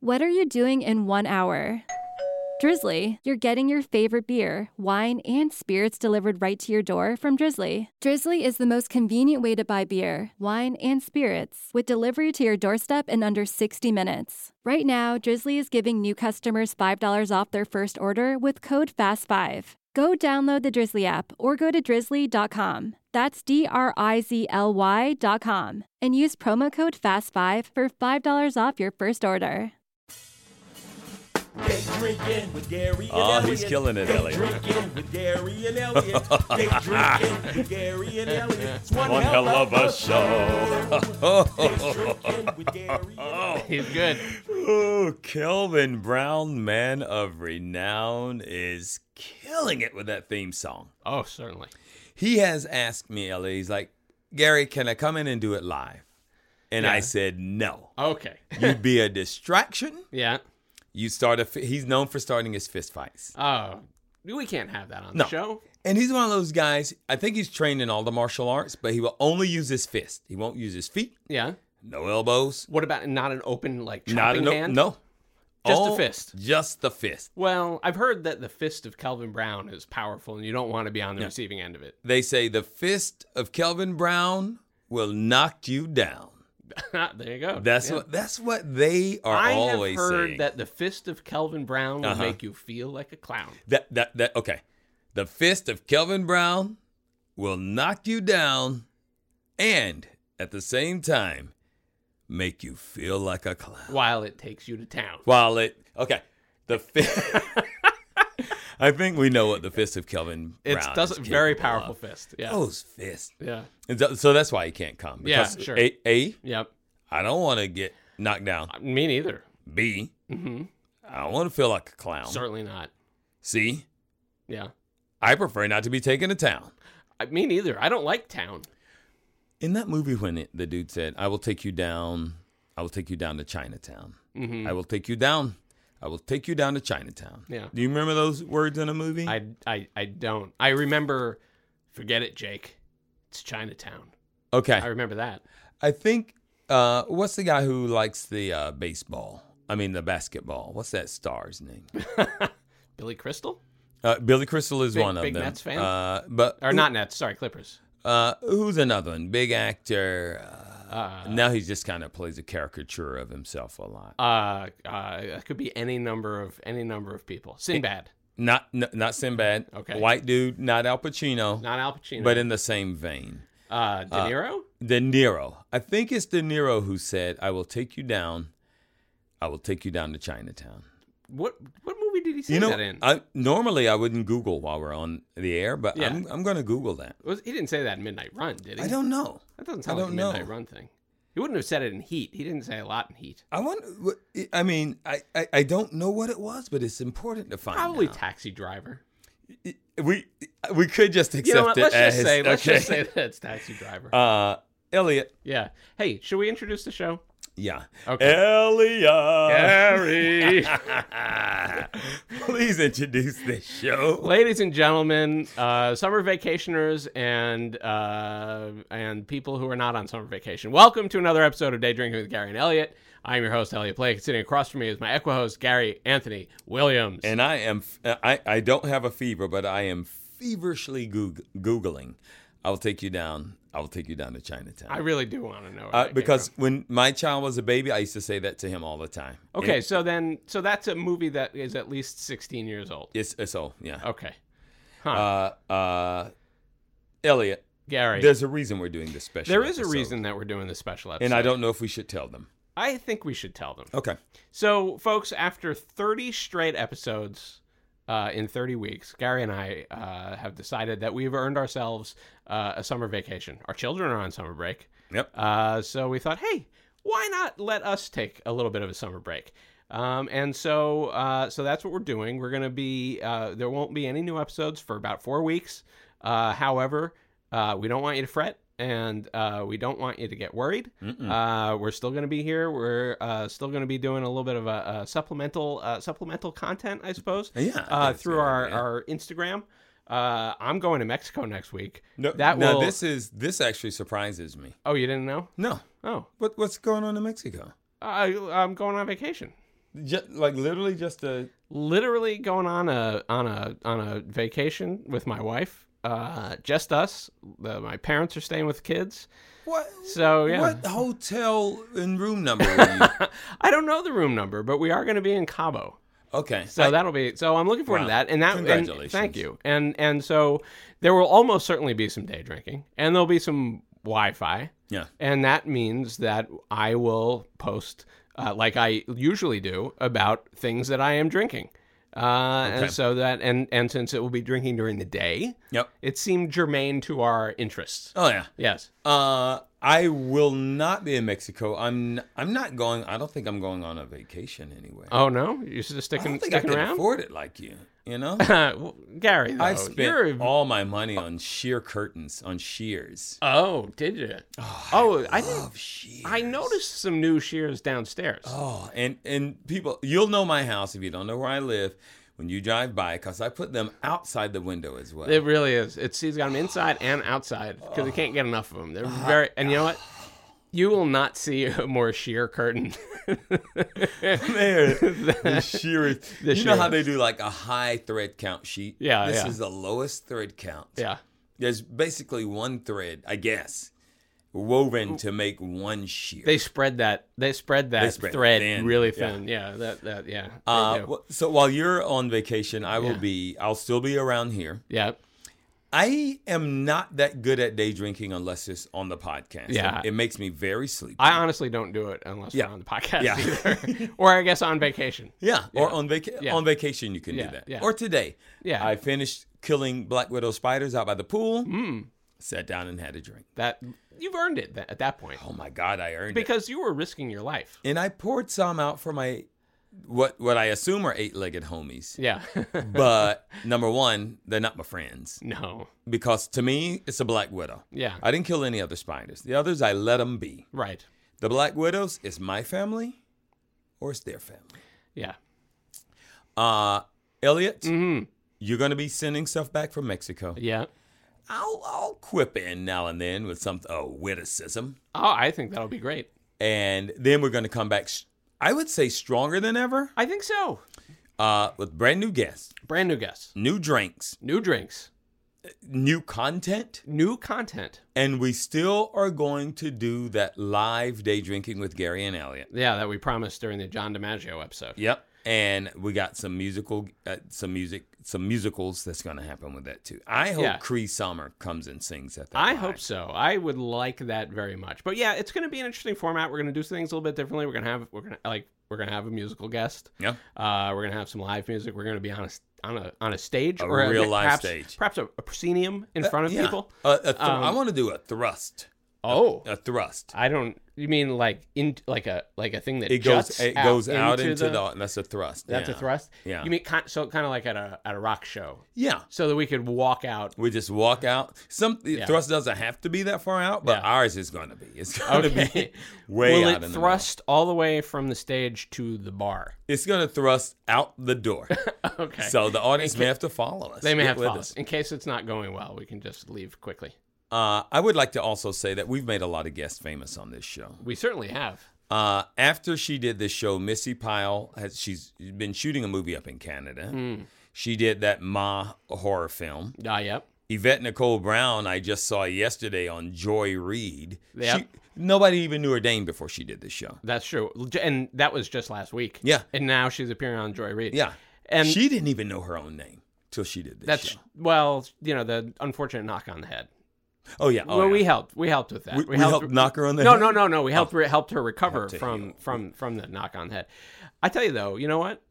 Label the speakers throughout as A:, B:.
A: What are you doing in one hour? Drizzly, you're getting your favorite beer, wine, and spirits delivered right to your door from Drizzly. Drizzly is the most convenient way to buy beer, wine, and spirits with delivery to your doorstep in under 60 minutes. Right now, Drizzly is giving new customers $5 off their first order with code FAST5. Go download the Drizzly app or go to drizzly.com. That's D R I Z L Y.com and use promo code FAST5 for $5 off your first order.
B: They drinking with Gary and
C: Oh,
B: Elliot.
C: he's killing it,
B: They
C: Elliot.
B: drinking with Gary and Elliot. they drinking with Gary and Elliot. It's one,
C: One hell of a
B: show. They drinking with Gary and Elliot.
D: He's good.
C: Ooh, Kelvin Brown, man of renown, is killing it with that theme song.
D: Oh, certainly.
C: He has asked me, Ellie, he's like, Gary, can I come in and do it live? And I
D: Yeah.
C: said, no.
D: Okay.
C: You'd be a distraction.
D: yeah.
C: You start a. Fi- he's known for starting his fist fights.
D: Oh, we can't have that on
C: No.
D: the show.
C: And he's one of those guys, I think he's trained in all the martial arts, but he will only use his fist. He won't use his feet,
D: Yeah.
C: no elbows,
D: What about not an open like chopping
C: not a no.
D: hand?
C: no.
D: Just
C: All-
D: a fist.
C: Just the fist.
D: Well, I've heard that the fist of Calvin Brown is powerful, and you don't want to be on the receiving end of it.
C: They say the fist of Kelvin Brown will knock you down.
D: Ah, there you go.
C: That's
D: Yeah.
C: what that's what they are
D: I have
C: always
D: heard
C: saying.
D: that the fist of Calvin Brown will
C: Uh-huh.
D: make you feel like a clown.
C: that that that okay. The fist of Kelvin Brown will knock you down and at the same time make you feel like a clown.
D: While it takes you to town.
C: While it okay, the fist. I think we know what the fist of Kelvin Brown.
D: It's does
C: is
D: very
C: capable
D: powerful
C: Of. Oh.
D: fist. Yeah.
C: Those fists.
D: Yeah.
C: And so- So that's why he can't come.
D: Yeah,
C: because
D: sure.
C: A, A
D: Yep.
C: I don't want to get knocked down.
D: Me neither.
C: B,
D: hmm
C: I don't want to feel like a clown.
D: Certainly not.
C: C,
D: Yeah.
C: I prefer not to be taken to town.
D: I, me neither. I don't like town.
C: In that movie, when it, the dude said, "I will take you down, I will take you down to Chinatown.
D: Mhm.
C: I will take you down, I will take you down to Chinatown."
D: Yeah.
C: Do you remember those words in a movie?
D: I, I, I don't. I remember, forget it, Jake. It's Chinatown.
C: okay.
D: I remember that.
C: I think uh, what's the guy who likes the uh, baseball? I mean the basketball. What's that star's name?
D: Billy Crystal?
C: Uh, Billy Crystal is
D: Big-
C: one of
D: big
C: them.
D: Nets fan?
C: Uh, but
D: Or not Nets, sorry, Clippers.
C: Uh, who's another one? Big actor. Uh,
D: Uh,
C: now he just kind of plays a caricature of himself a lot.
D: uh, uh, it could be any number of any number of people. Sinbad,
C: Not n- not Sinbad.
D: Okay.
C: White dude. Not Al Pacino.
D: not Al Pacino,
C: but in the same vein.
D: uh, De Niro.
C: De Niro. I think it's De Niro who said, "I will take you down. I will take you down to Chinatown."
D: what what movie did he say
C: you know,
D: that in?
C: I, normally I wouldn't Google while we're on the air, but I'm, I'm going to Google that.
D: Was- he didn't say that in Midnight Run, did he?
C: I don't know.
D: That doesn't
C: I
D: sound like a
C: don't know.
D: Midnight Run thing. He wouldn't have said it in Heat. He didn't say a lot in Heat.
C: I want. I mean, I, I, I don't know what it was, but it's important to find.
D: Probably
C: out.
D: Taxi Driver.
C: we we could just accept
D: You know what?
C: it
D: Let's
C: as
D: just say let's
C: okay.
D: just say that it's Taxi Driver.
C: Uh, Elliot.
D: yeah. Hey, should we introduce the show?
C: Yeah.
D: Okay.
C: Elliot.
D: Gary.
C: Please introduce this show.
D: Ladies and gentlemen, uh, summer vacationers and uh, and people who are not on summer vacation, welcome to another episode of Day Drinking with Gary and Elliot. I'm your host Elliot Blake. Sitting across from me is my equi-host Gary Anthony Williams.
C: And I am. I I don't have a fever, but I am feverishly Goog- googling. I will take you down. I will take you down to Chinatown.
D: I really do want to know where that
C: uh,
D: came
C: because
D: from.
C: when my child was a baby, I used to say that to him all the time.
D: okay,
C: And
D: so then so that's a movie that is at least 16 years old.
C: it's it's old. Yeah.
D: Okay, Oh, huh,
C: Uh, uh, Elliot,
D: Gary,
C: there's a reason we're doing this special.
D: there is a
C: episode.
D: reason that we're doing this special episode,
C: and I don't know if we should tell them.
D: I think we should tell them.
C: Okay.
D: So, folks, after 30 straight episodes uh, in 30 weeks, Gary and I uh, have decided that we've earned ourselves uh, a summer vacation. Our children are on summer break.
C: Yep.
D: Uh, so we thought, hey, why not let us take a little bit of a summer break? Um, and so, uh, so that's what we're doing. We're gonna be uh, there won't be any new episodes for about four weeks. Uh, however, uh, we don't want you to fret, and uh, we don't want you to get worried.
C: Hmm.
D: Uh, we're still gonna be here. We're uh, still gonna be doing a little bit of a, a supplemental uh, supplemental content, I suppose.
C: Yeah, I think
D: Uh,
C: that's a
D: through
C: good
D: our,
C: idea.
D: our Instagram. Uh, I'm going to Mexico next week.
C: No,
D: that
C: no,
D: will.
C: this is this actually surprises me.
D: Oh, you didn't know?
C: No,
D: Oh.
C: what what's going on in Mexico?
D: I, I'm going on vacation.
C: Ju- like literally just a
D: literally going on a on a on a vacation with my wife. Uh, just us. The, my parents are staying with kids.
C: what?
D: So yeah,
C: What hotel and room number were you?
D: I don't know the room number, but we are going to be in Cabo.
C: okay,
D: So that'll be so. I'm looking forward
C: Wow.
D: to that. And that and
C: Congratulations.
D: thank you. And and so there will almost certainly be some day drinking, and there'll be some Wi-Fi.
C: yeah.
D: And that means that I will post, uh, like I usually do, about things that I am drinking. Uh,
C: Okay.
D: And so that, and, and since it will be drinking during the day,
C: Yep.
D: it seemed germane to our interests.
C: Oh yeah.
D: Yes.
C: Uh, I will not be in Mexico. I'm I'm not going. I don't think I'm going on a vacation anyway.
D: Oh, no? You're just
C: I don't
D: sticking,
C: think I
D: sticking
C: can
D: around?
C: afford it like you. You know,
D: Well, Gary, though,
C: I spent
D: you're-
C: all my money on sheer curtains, on shears.
D: Oh, did you? Oh, I, didn't.
C: Love shears.
D: I noticed some new shears downstairs.
C: Oh, and and people, you'll know my house if you don't know where I live when you drive by, because I put them outside the window as well.
D: It really is. It's he's got them inside and outside because he can't get enough of them. They're
C: Oh.
D: very and you know what? You will not see a more sheer curtain.
C: Man, the shears.
D: The
C: you know how
D: shears.
C: they do like a high thread count sheet?
D: Yeah,
C: This
D: yeah.
C: is the lowest thread count.
D: yeah.
C: There's basically one thread, I guess, woven to make one shear.
D: They spread that. They spread that
C: spread it
D: thread
C: thin,
D: really
C: yeah.
D: thin. Yeah. That. That. Yeah. they
C: uh,
D: do.
C: wh- so while you're on vacation, I will
D: Yeah.
C: be. I'll still be around here.
D: yeah.
C: I am not that good at day drinking unless it's on the podcast.
D: Yeah.
C: it makes me very sleepy.
D: I honestly don't do it unless
C: Yeah.
D: we're on the podcast
C: Yeah.
D: either, or I guess on vacation.
C: Yeah, or on vaca-
D: Yeah.
C: on vacation you can
D: Yeah,
C: do that.
D: yeah.
C: Or today,
D: Yeah.
C: I finished killing black widow spiders out by the pool.
D: Hmm.
C: Sat down and had a drink.
D: That you've earned it tha- at that point
C: Oh my god, I earned
D: because you were risking your life.
C: it. And I poured some out for my what what I assume are eight legged homies.
D: Yeah.
C: But number one, they're not my friends
D: no.
C: because to me it's a black widow.
D: Yeah.
C: I didn't kill any other spiders. The others I let them be.
D: right.
C: The black widows is my family, or it's their family.
D: Yeah.
C: Uh, Elliot,
D: Mhm.
C: you're gonna be sending stuff back from Mexico.
D: Yeah.
C: I'll, I'll quip in now and then with some a witticism,
D: Oh, I think that'll be great.
C: and then we're going to come back. s- I would say stronger than ever,
D: I think so.
C: uh, with brand new guests,
D: Brand new guests,
C: new drinks,
D: new drinks,
C: new content,
D: new content.
C: and we still are going to do that live day drinking with Gary and Elliot.
D: Yeah, that we promised during the John DiMaggio episode.
C: Yep, and we got some musical, uh, some music, some musicals that's going to happen with that too. I hope
D: Yeah.
C: Cree Summer comes and sings at that.
D: I
C: live.
D: hope so. I would like that very much. But yeah, it's going to be an interesting format. We're going to do things a little bit differently. We're going to have we're going to like we're going to have a musical guest.
C: Yeah.
D: Uh, we're going to have some live music. We're going to be on a s- on a on a stage
C: A
D: or a,
C: real live
D: perhaps,
C: stage. Uh,
D: perhaps a, a proscenium in front of
C: Yeah.
D: people.
C: A- a thr-
D: Um,
C: I want to do a thrust,
D: Oh,
C: a thrust.
D: I don't. You mean like in like a like a thing that
C: it goes
D: juts
C: it
D: out
C: goes out into, the,
D: the,
C: that's a thrust.
D: that's
C: yeah.
D: a thrust.
C: Yeah.
D: You mean kind, so kind of like at a at a rock show.
C: Yeah.
D: so that we could walk out.
C: We just walk out. Some
D: Yeah.
C: thrust doesn't have to be that far out, but
D: Yeah.
C: ours is going to be. It's going to
D: Okay.
C: be way
D: Will
C: out
D: it
C: in
D: thrust all the way from the stage to the bar?
C: the middle. It's going to thrust out the door.
D: Okay.
C: So the audience may have to follow us.
D: they may
C: Get
D: have to
C: with
D: follow
C: us.
D: us. In case it's not going well, we can just leave quickly.
C: Uh, I would like to also say that we've made a lot of guests famous on this show.
D: We certainly have.
C: Uh, after she did this show, Missy Pyle has she's been shooting a movie up in Canada.
D: Hmm.
C: She did that Ma horror film.
D: Ah, yep.
C: Yvette Nicole Brown, I just saw yesterday on Joy Reid.
D: Yep.
C: She, nobody even knew her name before she did this show.
D: That's true. J- And that was just last week.
C: Yeah.
D: And now she's appearing on Joy Reid.
C: Yeah.
D: And
C: she didn't even know her own name till she did this
D: that's,
C: show.
D: well, you know, the unfortunate knock on the head.
C: Oh, yeah. Oh,
D: well,
C: yeah.
D: we helped. We helped with that.
C: We- we helped knock her on the
D: no,
C: head? Oh.
D: No, no, no, We helped re- helped her recover
C: Helped to
D: from
C: heal.
D: from from the knock on the head. I tell you though, you know what?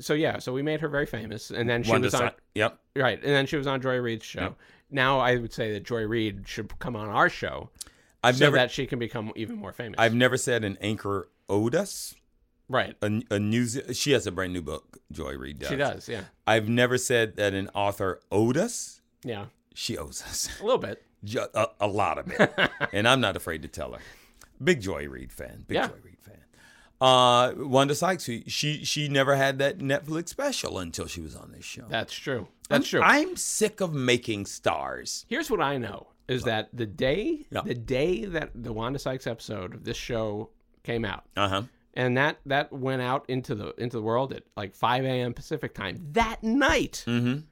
D: So yeah, so we made her very famous, and then she
C: Wanda
D: was on
C: Si- Yep.
D: right, and then she was on Joy Reid's show. Now I would say that Joy Reid should come on our show
C: I've
D: so
C: never
D: that she can become even more famous.
C: I've never said an anchor owed us.
D: right.
C: A, a news she has a brand new book, Joy Reid does.
D: She does. Yeah.
C: I've never said that an author owed us.
D: Yeah.
C: She owes us
D: A little bit.
C: Ju- a, a lot of it. and I'm not afraid to tell her. Big Joy Reid fan. Big
D: Yeah.
C: Joy Reid fan. Uh, Wanda Sykes, who- she she never had that Netflix special until she was on this show.
D: That's true. That's true.
C: I'm sick of making stars.
D: Here's what I know is that the day
C: Yeah.
D: the day that the Wanda Sykes episode of this show came out,
C: Uh huh.
D: and that that went out into the into the world at like 5 a.m. Pacific time that night.
C: Mhm.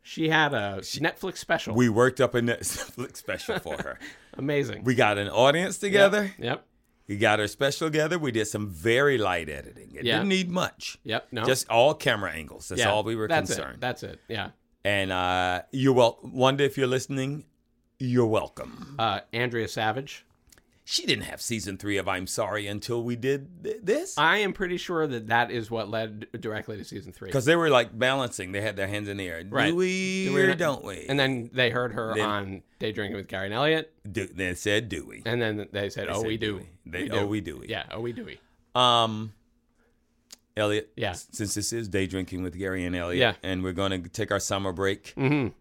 D: She had a Netflix special.
C: We worked up a Netflix special for her.
D: Amazing.
C: we got an audience together.
D: Yep.
C: We got her special together. We did some very light editing. It
D: Yeah.
C: didn't need much.
D: Yep. No.
C: Just all camera angles. That's
D: Yeah,
C: all we were
D: that's it,
C: concerned.
D: That's it. Yeah.
C: and uh, you're wel- Wanda, if you're listening, you're welcome.
D: Uh, Andrea Savage.
C: She didn't have season three of I'm Sorry until we did th- this.
D: I am pretty sure that that is what led directly to season three.
C: Because they were like balancing. They had their hands in the air.
D: Right.
C: Do we
D: Do we or
C: or
D: not-
C: don't we?
D: And then they heard her
C: Then-
D: on Day Drinking with Gary and Elliot,
C: Do- they said, do we?
D: and then they said,
C: They
D: "Oh,
C: said,
D: we do."
C: They,
D: We
C: oh,
D: do.
C: we do. we?
D: Yeah. Oh, we do. We.
C: Um, Elliot.
D: Yeah.
C: s- Since this is day drinking with Gary and Elliot,
D: Yeah.
C: and we're going to take our summer break,
D: Mhm.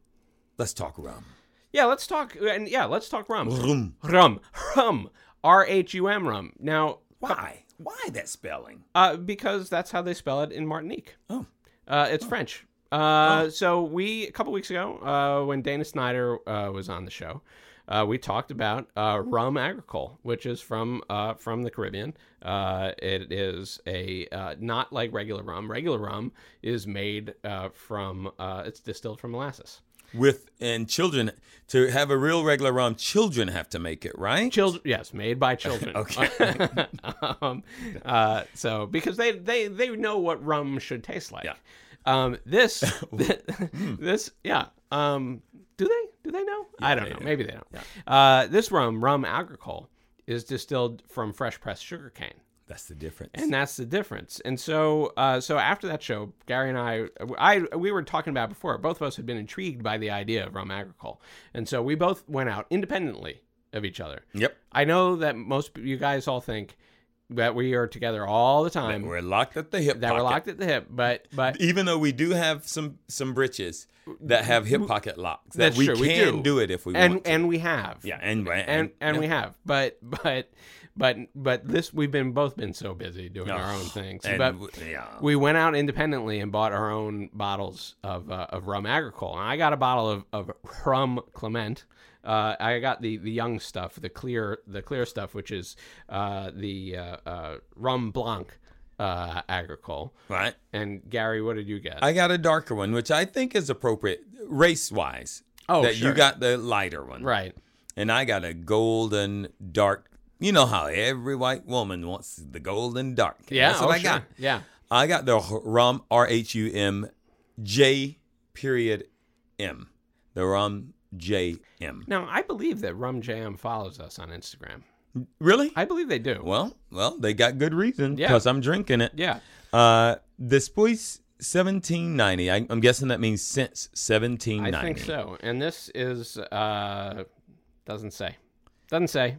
C: let's talk rum.
D: Yeah. Let's talk. And yeah, let's talk rum.
C: Rum.
D: Rum. Rum. R H U M rum. Now,
C: Why? Why that spelling?
D: uh, because that's how they spell it in Martinique.
C: Oh,
D: Uh, it's French. Uh, So we a couple weeks ago, uh, when Dana Snyder uh, was on the show, uh, we talked about uh, rum agricole, which is from uh, from the Caribbean. Uh, it is a uh, not like regular rum. Regular rum is made uh, from uh, it's distilled from molasses.
C: with and children to have a real regular rum, children have to make it, right?
D: Children, yes, made by children.
C: Okay.
D: um, uh, so because they they they know what rum should taste like.
C: Yeah. Hmm.
D: Um, this this yeah. Um, do they do they know? I don't
C: they
D: know.
C: do.
D: Maybe they don't. Uh, this rum, rum agricole, is distilled from fresh pressed sugarcane.
C: That's the difference.
D: And that's the difference. And so, uh, so after that show, Gary and I, I, we were talking about before. Both of us had been intrigued by the idea of rum agricole, and so we both went out independently of each other.
C: yep.
D: I know that most of you guys all think that we are together all the time,
C: we're locked at the hip.
D: that we're
C: pocket.
D: locked at the hip, but but
C: Even though we do have some some britches that have hip pocket locks, that
D: That's
C: we
D: true,
C: can
D: we do.
C: it if we
D: and
C: want. to.
D: and we have,
C: yeah, and
D: and and
C: yeah.
D: we have, but but but but this we've been both been so busy doing our own things,
C: And
D: but.
C: w- yeah.
D: we went out independently and bought our own bottles of, uh, of rum agricole. And I got a bottle of, of rum Clement. Uh, I got the, the young stuff, the clear the clear stuff, which is uh, the uh, uh, rum blanc uh, agricole.
C: right.
D: And Gary, what did you get?
C: I got a darker one, which I think is appropriate race wise.
D: Oh,
C: that
D: sure.
C: you got the lighter one,
D: right.
C: And I got a golden dark. You know how every white woman wants the golden dark.
D: Yeah.
C: that's what
D: oh,
C: I
D: sure.
C: got.
D: Yeah.
C: I got the h- rum R H U M J period M. The rum J M.
D: Now I believe that Rum Jam follows us on Instagram.
C: Really?
D: I believe they do.
C: well, well, they got good reason
D: Yeah.
C: because I'm drinking it.
D: yeah.
C: Uh, Después 1790. I, I'm guessing that means since 1790.
D: I think so. And this is uh doesn't say. Doesn't say.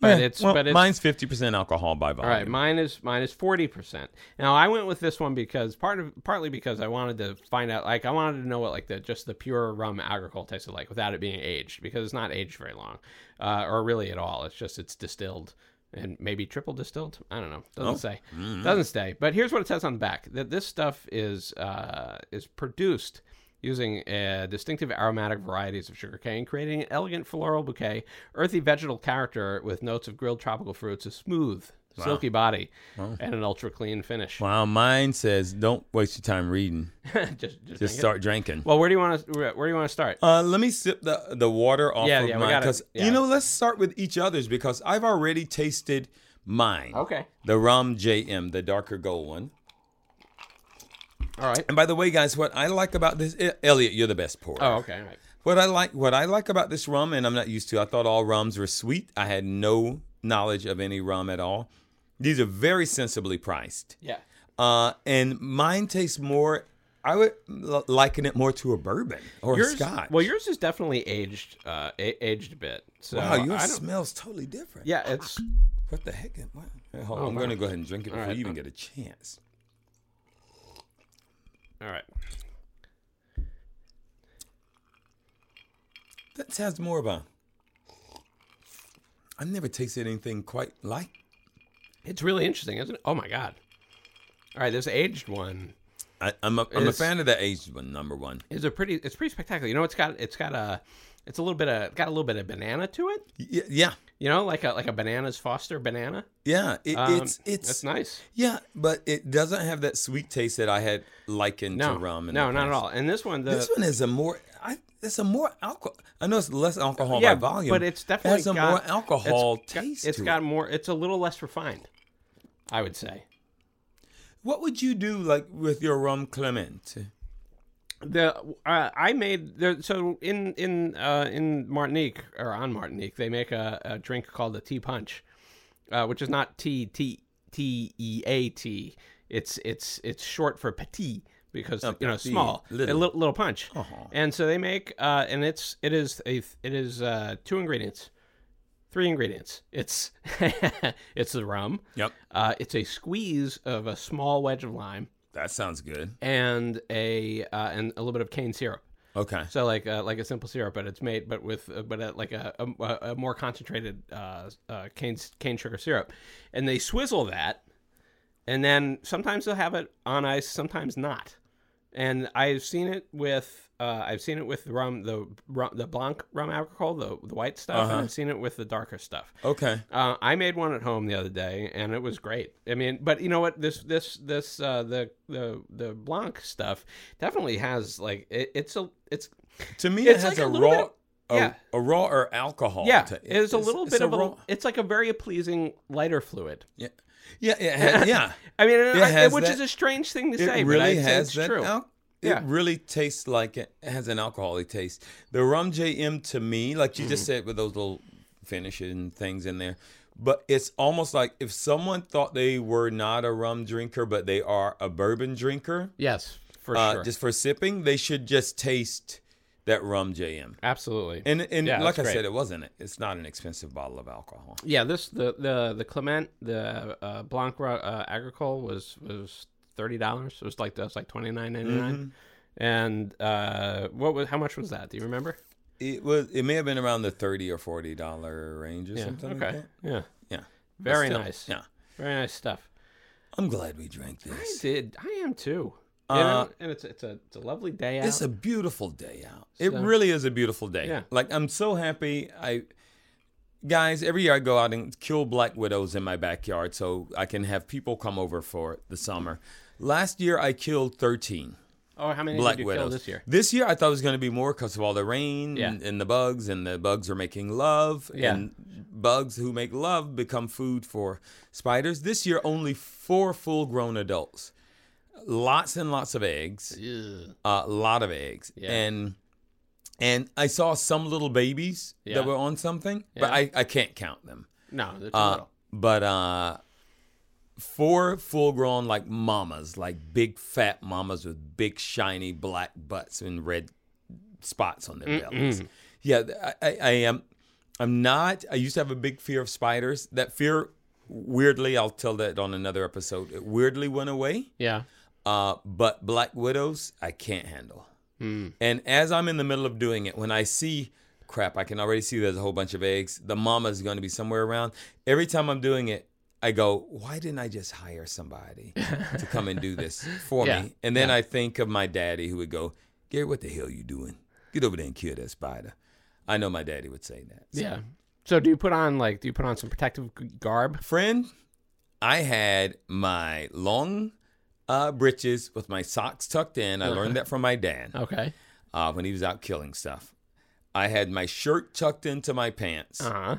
D: But
C: Yeah,
D: it's
C: well,
D: but it's
C: mine's fifty percent alcohol by
D: all
C: volume.
D: right, mine is mine is forty percent. Now I went with this one because part of partly because I wanted to find out like I wanted to know what like the just the pure rum agricole tasted like without it being aged because it's not aged very long, uh, or really at all. It's just it's distilled and maybe triple distilled. I don't know. Doesn't say. Doesn't say. But here's what it says on the back that this stuff is uh, is produced using uh, distinctive aromatic varieties of sugarcane, creating an elegant floral bouquet, earthy vegetal character with notes of grilled tropical fruits, a smooth, silky body, and an ultra clean finish.
C: Wow, mine says don't waste your time reading.
D: just just, drink
C: Just
D: it.
C: start drinking.
D: Well, where do you want to where, where do you want to start?
C: Uh, let me sip the the water off
D: Yeah,
C: of
D: yeah, we
C: mine
D: gotta-
C: because
D: yeah.
C: you know let's start with each other's because I've already tasted mine.
D: Okay.
C: The rum JM, the darker gold one.
D: All right.
C: And by the way, guys, what I like about this, E- Elliot, you're the best pourer.
D: Oh, okay. All right.
C: What I like, what I like about this rum, and I'm not used to. I thought all rums were sweet. I had no knowledge of any rum at all. These are very sensibly priced.
D: Yeah.
C: Uh, and mine tastes more. I would l- liken it more to a bourbon or a
D: Yours,
C: scotch.
D: well, yours is definitely aged, uh, a- aged a bit. So
C: wow,
D: uh, I
C: yours
D: don't-
C: smells totally different.
D: yeah, it's
C: What the heck? Wow. Hey, hold on, I'm going to go ahead and drink it before
D: Oh, right.
C: you even get a chance.
D: all right.
C: That has more of a. I never tasted anything quite like.
D: It's really interesting, isn't it? Oh my god! All right, this aged one
C: I, I'm a, I'm a
D: It's-
C: fan of the aged one, number one.
D: is a pretty. It's pretty spectacular. You know, it's got it's got a it's a little bit of got a little bit of banana to it.
C: Y- yeah,
D: You know, like a like a bananas Foster banana.
C: Yeah, it,
D: Um,
C: it's it's
D: that's nice.
C: yeah, but it doesn't have that sweet taste that I had likened
D: No,
C: to rum. in
D: no,
C: the
D: not at
C: past.
D: all. And this one, the
C: this one is a more. I, it's a more alcohol. I know it's less alcohol
D: yeah,
C: by volume,
D: but it's definitely
C: has a
D: got,
C: more alcohol
D: it's got-
C: taste.
D: It's
C: to it.
D: got more. It's a little less refined. I would say
C: What would you do like with your rum Clement?
D: the uh, I made the so in in uh, in Martinique or on Martinique they make a, a drink called a tea punch, uh, which is not T T T E A T. It's it's it's short for petit because you know
C: Oh, petit,
D: small
C: little. Uh-huh.
D: a little, little punch. And so they make uh, and it's it is a it is uh, two ingredients, three ingredients. It's it's the rum.
C: Yep,
D: Uh, it's a squeeze of a small wedge of lime
C: that sounds good.
D: and a uh, and a little bit of cane syrup.
C: Okay,
D: So like uh, like a simple syrup, but it's made but with uh, but uh, like a, a, a more concentrated uh, uh, cane cane sugar syrup, and they swizzle that, and then sometimes they'll have it on ice, sometimes not. And I've seen it with uh, I've seen it with rum the rum, the blanc rum alcohol the the white stuff, and I've seen it with the darker stuff.
C: okay.
D: Uh, I made one at home the other day, and it was great. I mean, but you know what? This this this uh, the the the blanc stuff definitely has like it, it's a it's
C: To me,
D: It's
C: it has
D: like
C: a,
D: a little
C: raw,
D: bit of- yeah.
C: a, a raw or alcohol.
D: yeah,
C: ta-
D: it's a
C: it's-
D: little
C: it's
D: bit of a
C: raw-
D: it's like a very pleasing lighter fluid.
C: yeah, yeah, it ha- yeah.
D: I mean,
C: It
D: I-
C: has
D: which is
C: that-
D: a strange thing to
C: It
D: say,
C: really
D: but I'd say
C: has
D: it's
C: that.
D: true.
C: al- it
D: Yeah.
C: really tastes like it has an alcoholic taste. The rum JM to me, like you
D: Mm-hmm.
C: just said, with those little finishing things in there, but it's almost like if someone thought they were not a rum drinker, but they are a bourbon drinker.
D: yes, for
C: uh,
D: sure,
C: just for sipping, they should just taste that rum JM.
D: absolutely.
C: And and
D: Yeah,
C: like
D: that's
C: I said,
D: great.
C: it wasn't. It's not an expensive bottle of alcohol.
D: yeah, this the the the Clement the uh, Blanc Ro- uh, Agricole was was thirty dollars. It was like that's like twenty
C: Mm-hmm.
D: And uh, what was how much was that? Do you remember?
C: It was. It may have been around the thirty or forty dollar range or
D: Yeah.
C: something. like
D: Okay.
C: that.
D: yeah.
C: Yeah. But
D: Very
C: still,
D: nice.
C: Yeah.
D: Very nice stuff.
C: I'm glad we drank
D: I
C: this.
D: did. I am too. You
C: Uh,
D: know, and it's it's a it's a lovely day out.
C: It's a beautiful day out. It
D: So-
C: really is a beautiful day.
D: Yeah.
C: Like I'm so happy. I guys, every year I go out and kill black widows in my backyard so I can have people come over for the summer. Last year I killed thirteen.
D: oh, how many
C: Black
D: did you
C: Widows
D: kill this year?
C: I thought it was going to be more because of all the rain
D: Yeah.
C: and, and the bugs, and the bugs are making love,
D: Yeah.
C: and bugs who make love become food for spiders. This year, only four full-grown adults, lots and lots of eggs, a lot of eggs,
D: Yeah.
C: and and I saw some little babies
D: Yeah.
C: that were on something, but
D: Yeah.
C: I, I can't count them.
D: No, they're too
C: Uh,
D: little.
C: but uh, four full grown like mamas, like big fat mamas with big shiny black butts and red spots on their bellies. Yeah, th- I, I, I am. I'm not. I used to have a big fear of spiders. That fear, weirdly, I'll tell that on another episode. It weirdly went away.
D: Yeah.
C: Uh, but black widows, I can't handle.
D: Hmm.
C: And as I'm in the middle of doing it, when I see crap, I can already see there's a whole bunch of eggs. The mama's going to be somewhere around. Every time I'm doing it, I go, why didn't I just hire somebody to come and do this for
D: Yeah,
C: me? And then I think of my daddy who would go, Gary, what the hell you doing? Get over there and kill that spider. I know my daddy would say that. So,
D: Yeah. So do you put on like do you put on some protective g- garb?
C: Friend, I had my long uh, britches with my socks tucked in. I
D: Uh-huh.
C: learned that from my dad.
D: Okay.
C: uh, when he was out killing stuff. I had my shirt tucked into my pants.
D: Uh huh.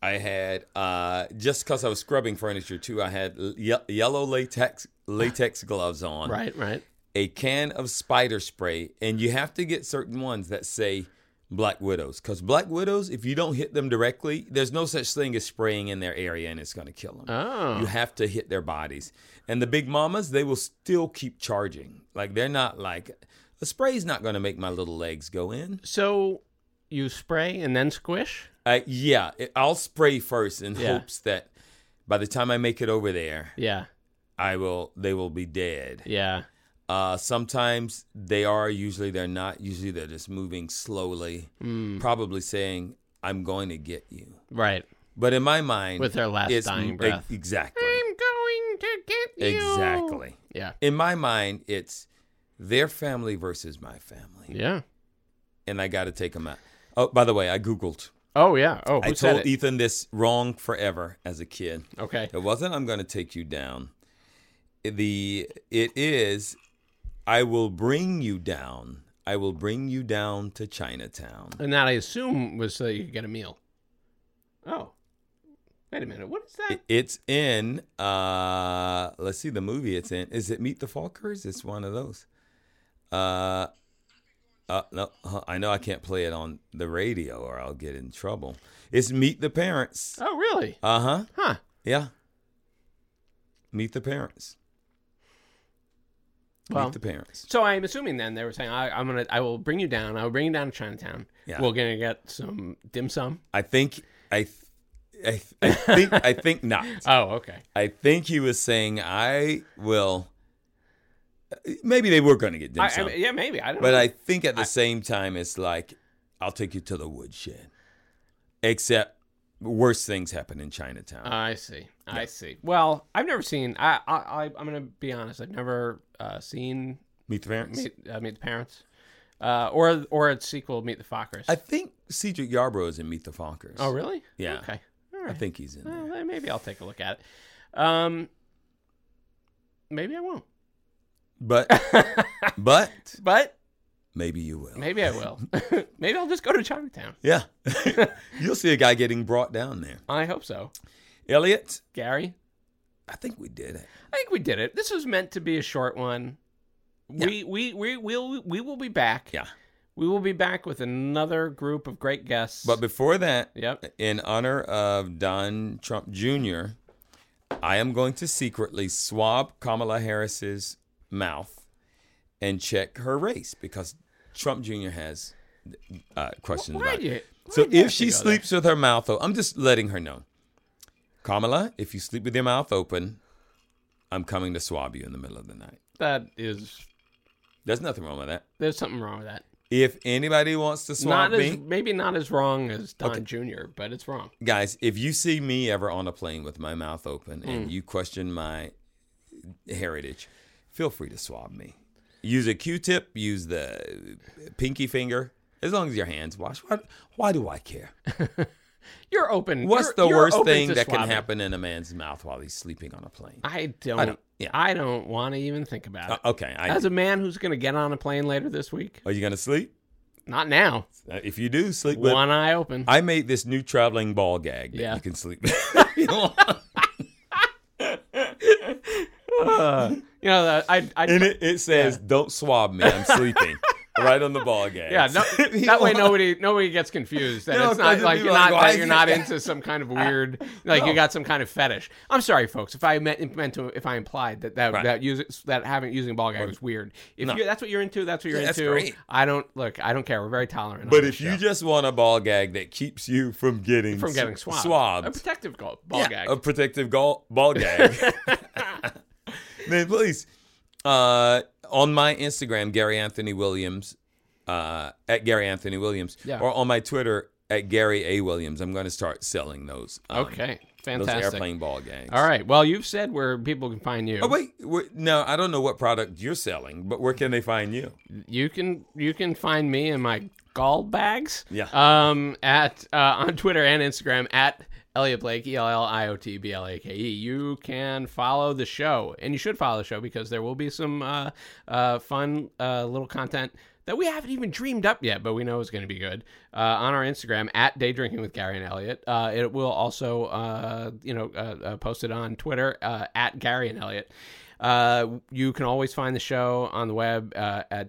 C: I had uh, just because I was scrubbing furniture too. I had ye- yellow latex latex gloves on,
D: Right. Right.
C: a can of spider spray, and you have to get certain ones that say black widows because black widows, if you don't hit them directly, there's no such thing as spraying in their area and it's going to kill them.
D: Oh.
C: You have to hit their bodies. And the big mamas, they will still keep charging. Like they're not like a spray's not going to make my little legs go in.
D: So you spray and then squish.
C: Uh, yeah, it, I'll spray first in
D: Yeah.
C: hopes that by the time I make it over there,
D: Yeah.
C: I will they will be dead.
D: Yeah.
C: Uh, sometimes they are, usually they're not. Usually they're just moving slowly,
D: Mm.
C: probably saying, "I'm going to get you."
D: Hmm, Right.
C: But in my mind,
D: With their last
C: it's-
D: dying
C: e-
D: breath.
C: exactly,
D: I'm going to get
C: exactly.
D: Yeah.
C: In my mind, it's their family versus my family,
D: Yeah.
C: and I got to take them out. Oh, by the way, I googled
D: Oh yeah. Oh, who
C: I
D: said
C: told
D: it?
C: Ethan this wrong forever as a kid.
D: okay.
C: It wasn't I'm going to take you down. The it is I will bring you down. I will bring you down to Chinatown.
D: And that I assume was so you could get a meal. Oh, wait a minute. What is that?
C: It- It's in uh let's see the movie it's in. Is it Meet the Falkers? It's one of those. Uh uh, no, huh, I know I can't play it on the radio or I'll get in trouble. It's Meet the Parents.
D: oh, really?
C: Uh huh.
D: Huh.
C: Yeah. Meet the Parents.
D: Well,
C: Meet the Parents.
D: so I'm assuming then they were saying, I, "I'm gonna, I will bring you down. I will bring you down to Chinatown.
C: Yeah.
D: We're gonna get some dim sum."
C: I think I, th- I, th- I think I think not.
D: Oh, okay.
C: I think he was saying I will. Maybe they were going to get dim
D: I, I,
C: sum,
D: yeah, maybe. I don't.
C: but
D: know.
C: I think at the same time it's like I'll take you to the woodshed. Except worse things happen in Chinatown.
D: Uh, I see. I see. Well, I've never seen. I, I, I I'm gonna be honest. I've never uh, seen
C: Meet the parents.
D: Meet, uh, Meet the Parents, uh, or or its sequel, Meet the Fockers.
C: I think Cedric Yarbrough is in Meet the Fockers.
D: oh, really?
C: Yeah.
D: Okay. All
C: I
D: right.
C: think he's in
D: Well,
C: there.
D: then maybe I'll take a look at it. Um, maybe I won't.
C: But but
D: But
C: maybe you will.
D: maybe I will. maybe I'll just go to Chinatown.
C: Yeah, you'll see a guy getting brought down there.
D: I hope so.
C: Elliot,
D: Gary,
C: I think we did it.
D: I think we did it. This was meant to be a short one. We we we will we will be back.
C: Yeah.
D: We will be back with another group of great guests.
C: But before that,
D: Yep.
C: in honor of Don Trump Jr., I am going to secretly swab Kamala Harris's mouth and check her race because Trump Jr. has uh, questions
D: why
C: about
D: do you-
C: it.
D: why
C: So
D: do you
C: if
D: have to
C: she
D: go there?
C: sleeps with her mouth open, I'm just letting her know. Kamala, if you sleep with your mouth open, I'm coming to swab you in the middle of the night.
D: that is
C: There's nothing wrong with that.
D: there's something wrong with that.
C: If anybody wants to swab
D: not
C: me,
D: as maybe not as wrong as Don Jr., but it's wrong.
C: guys, if you see me ever on a plane with my mouth open
D: Mm.
C: and you question my heritage, feel free to swab me. Use a Q-tip, use the pinky finger, as long as your hands wash. Why, why do I care?
D: You're open.
C: What's
D: you're-
C: the
D: you're
C: worst
D: open
C: thing
D: to
C: that can
D: swabbing.
C: happen in a man's mouth while he's sleeping on a plane?
D: I don't.
C: I don't- yeah.
D: I don't want to even think about
C: Uh,
D: it.
C: okay, I,
D: As a man who's going to get on a plane later this week,
C: are you gonna sleep?
D: not now.
C: Uh, If you do sleep, with,
D: One eye open.
C: I made this new traveling ball gag that
D: Yeah.
C: you can sleep. if you want.
D: you know, the- I. I
C: and it, it says, "Don't swab me. I'm sleeping." right on the ball gag.
D: yeah, no,
C: If you
D: that way
C: want-
D: nobody nobody gets confused that
C: No,
D: it's
C: 'cause
D: not
C: it'd
D: like
C: be
D: you're
C: like,
D: not
C: why
D: that
C: is
D: you're
C: it-
D: not into some kind of weird like you got some kind of fetish. I'm sorry, folks, if I meant, meant to if I implied that that
C: Right.
D: that using that having using ball gag was weird. If you that's what you're into, that's what you're
C: Yeah, that's
D: into.
C: great.
D: I don't look. I don't care. We're very tolerant. on
C: But
D: this
C: if you
D: show.
C: just want a ball gag that keeps you from getting
D: from
C: s-
D: getting swabbed, a
C: swabbed,
D: protective go- ball
C: yeah,
D: gag.
C: a protective gall- ball gag, then please uh, on my Instagram, Gary Anthony Williams uh, at Gary Anthony Williams,
D: Yeah.
C: or on my Twitter at Gary A Williams. I'm going to start selling those. um,
D: okay,
C: those
D: fantastic.
C: airplane ball gags.
D: All right. Well, you've said where people can find you.
C: Oh wait, wait, no, I don't know what product you're selling, but where can they find you?
D: You can you can find me in my gall bags.
C: Yeah.
D: Um. At uh, on Twitter and Instagram at Elliot Blake E L L I O T B L A K E. You can follow the show, and you should follow the show because there will be some uh, uh, fun uh, little content that we haven't even dreamed up yet, but we know is going to be good uh, on our Instagram at Day Drinking with Gary and Elliot. Uh, it will also uh, you know uh, uh, posted on Twitter uh, at Gary and Elliot. Uh, you can always find the show on the web uh, at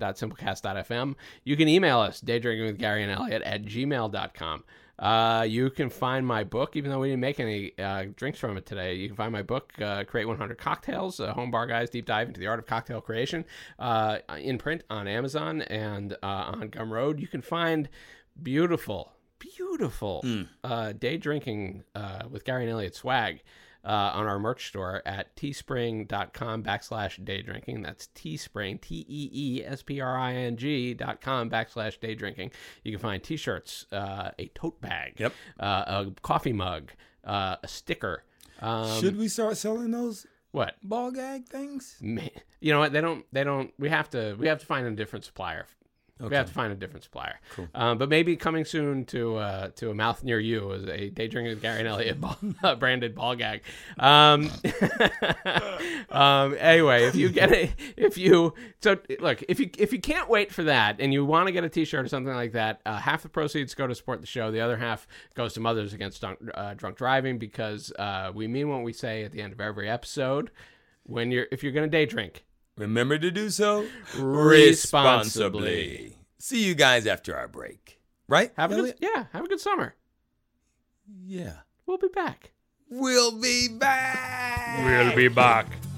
D: daydrinkingwithgaryandelliot.simplecast.fm. You can email us, daydrinkingwithgaryandelliot at gmail.com. Uh, you can find my book, even though we didn't make any uh, drinks from it today. You can find my book, uh, Create 100 Cocktails, a Home Bar Guys Deep Dive into the Art of Cocktail Creation, uh, in print on Amazon and uh, on Gumroad. You can find beautiful, beautiful uh, day drinking uh, with Gary and Elliot swag uh, on our merch store at teespring.com backslash day drinking. That's teespring, T E E S P R I N G dot com backslash day drinking. You can find t shirts, uh, a tote bag,
C: Yep.
D: uh, a coffee mug, uh, a sticker. Um,
C: Should we start selling those
D: what?
C: ball gag things?
D: Man, you know what? They don't, they don't, we have to, we have to find a different supplier We have to find a different supplier. Um, but maybe coming soon to uh, to a mouth near you is a day drinking with Gary and Elliot ball, uh, branded ball gag. Um, um, anyway, if you get it, if you so look if you if you can't wait for that and you want to get a T-shirt or something like that, uh, half the proceeds go to support the show. The other half goes to Mothers Against Drunk, uh, Drunk Driving because uh, we mean what we say at the end of every episode. When you're if you're gonna day drink,
C: Remember to do so
D: Responsibly.
C: See you guys after our break. Right?
D: have a good,
C: Elliot?
D: yeah, have a good summer.
C: Yeah.
D: We'll be back.
C: We'll be back.
D: be back.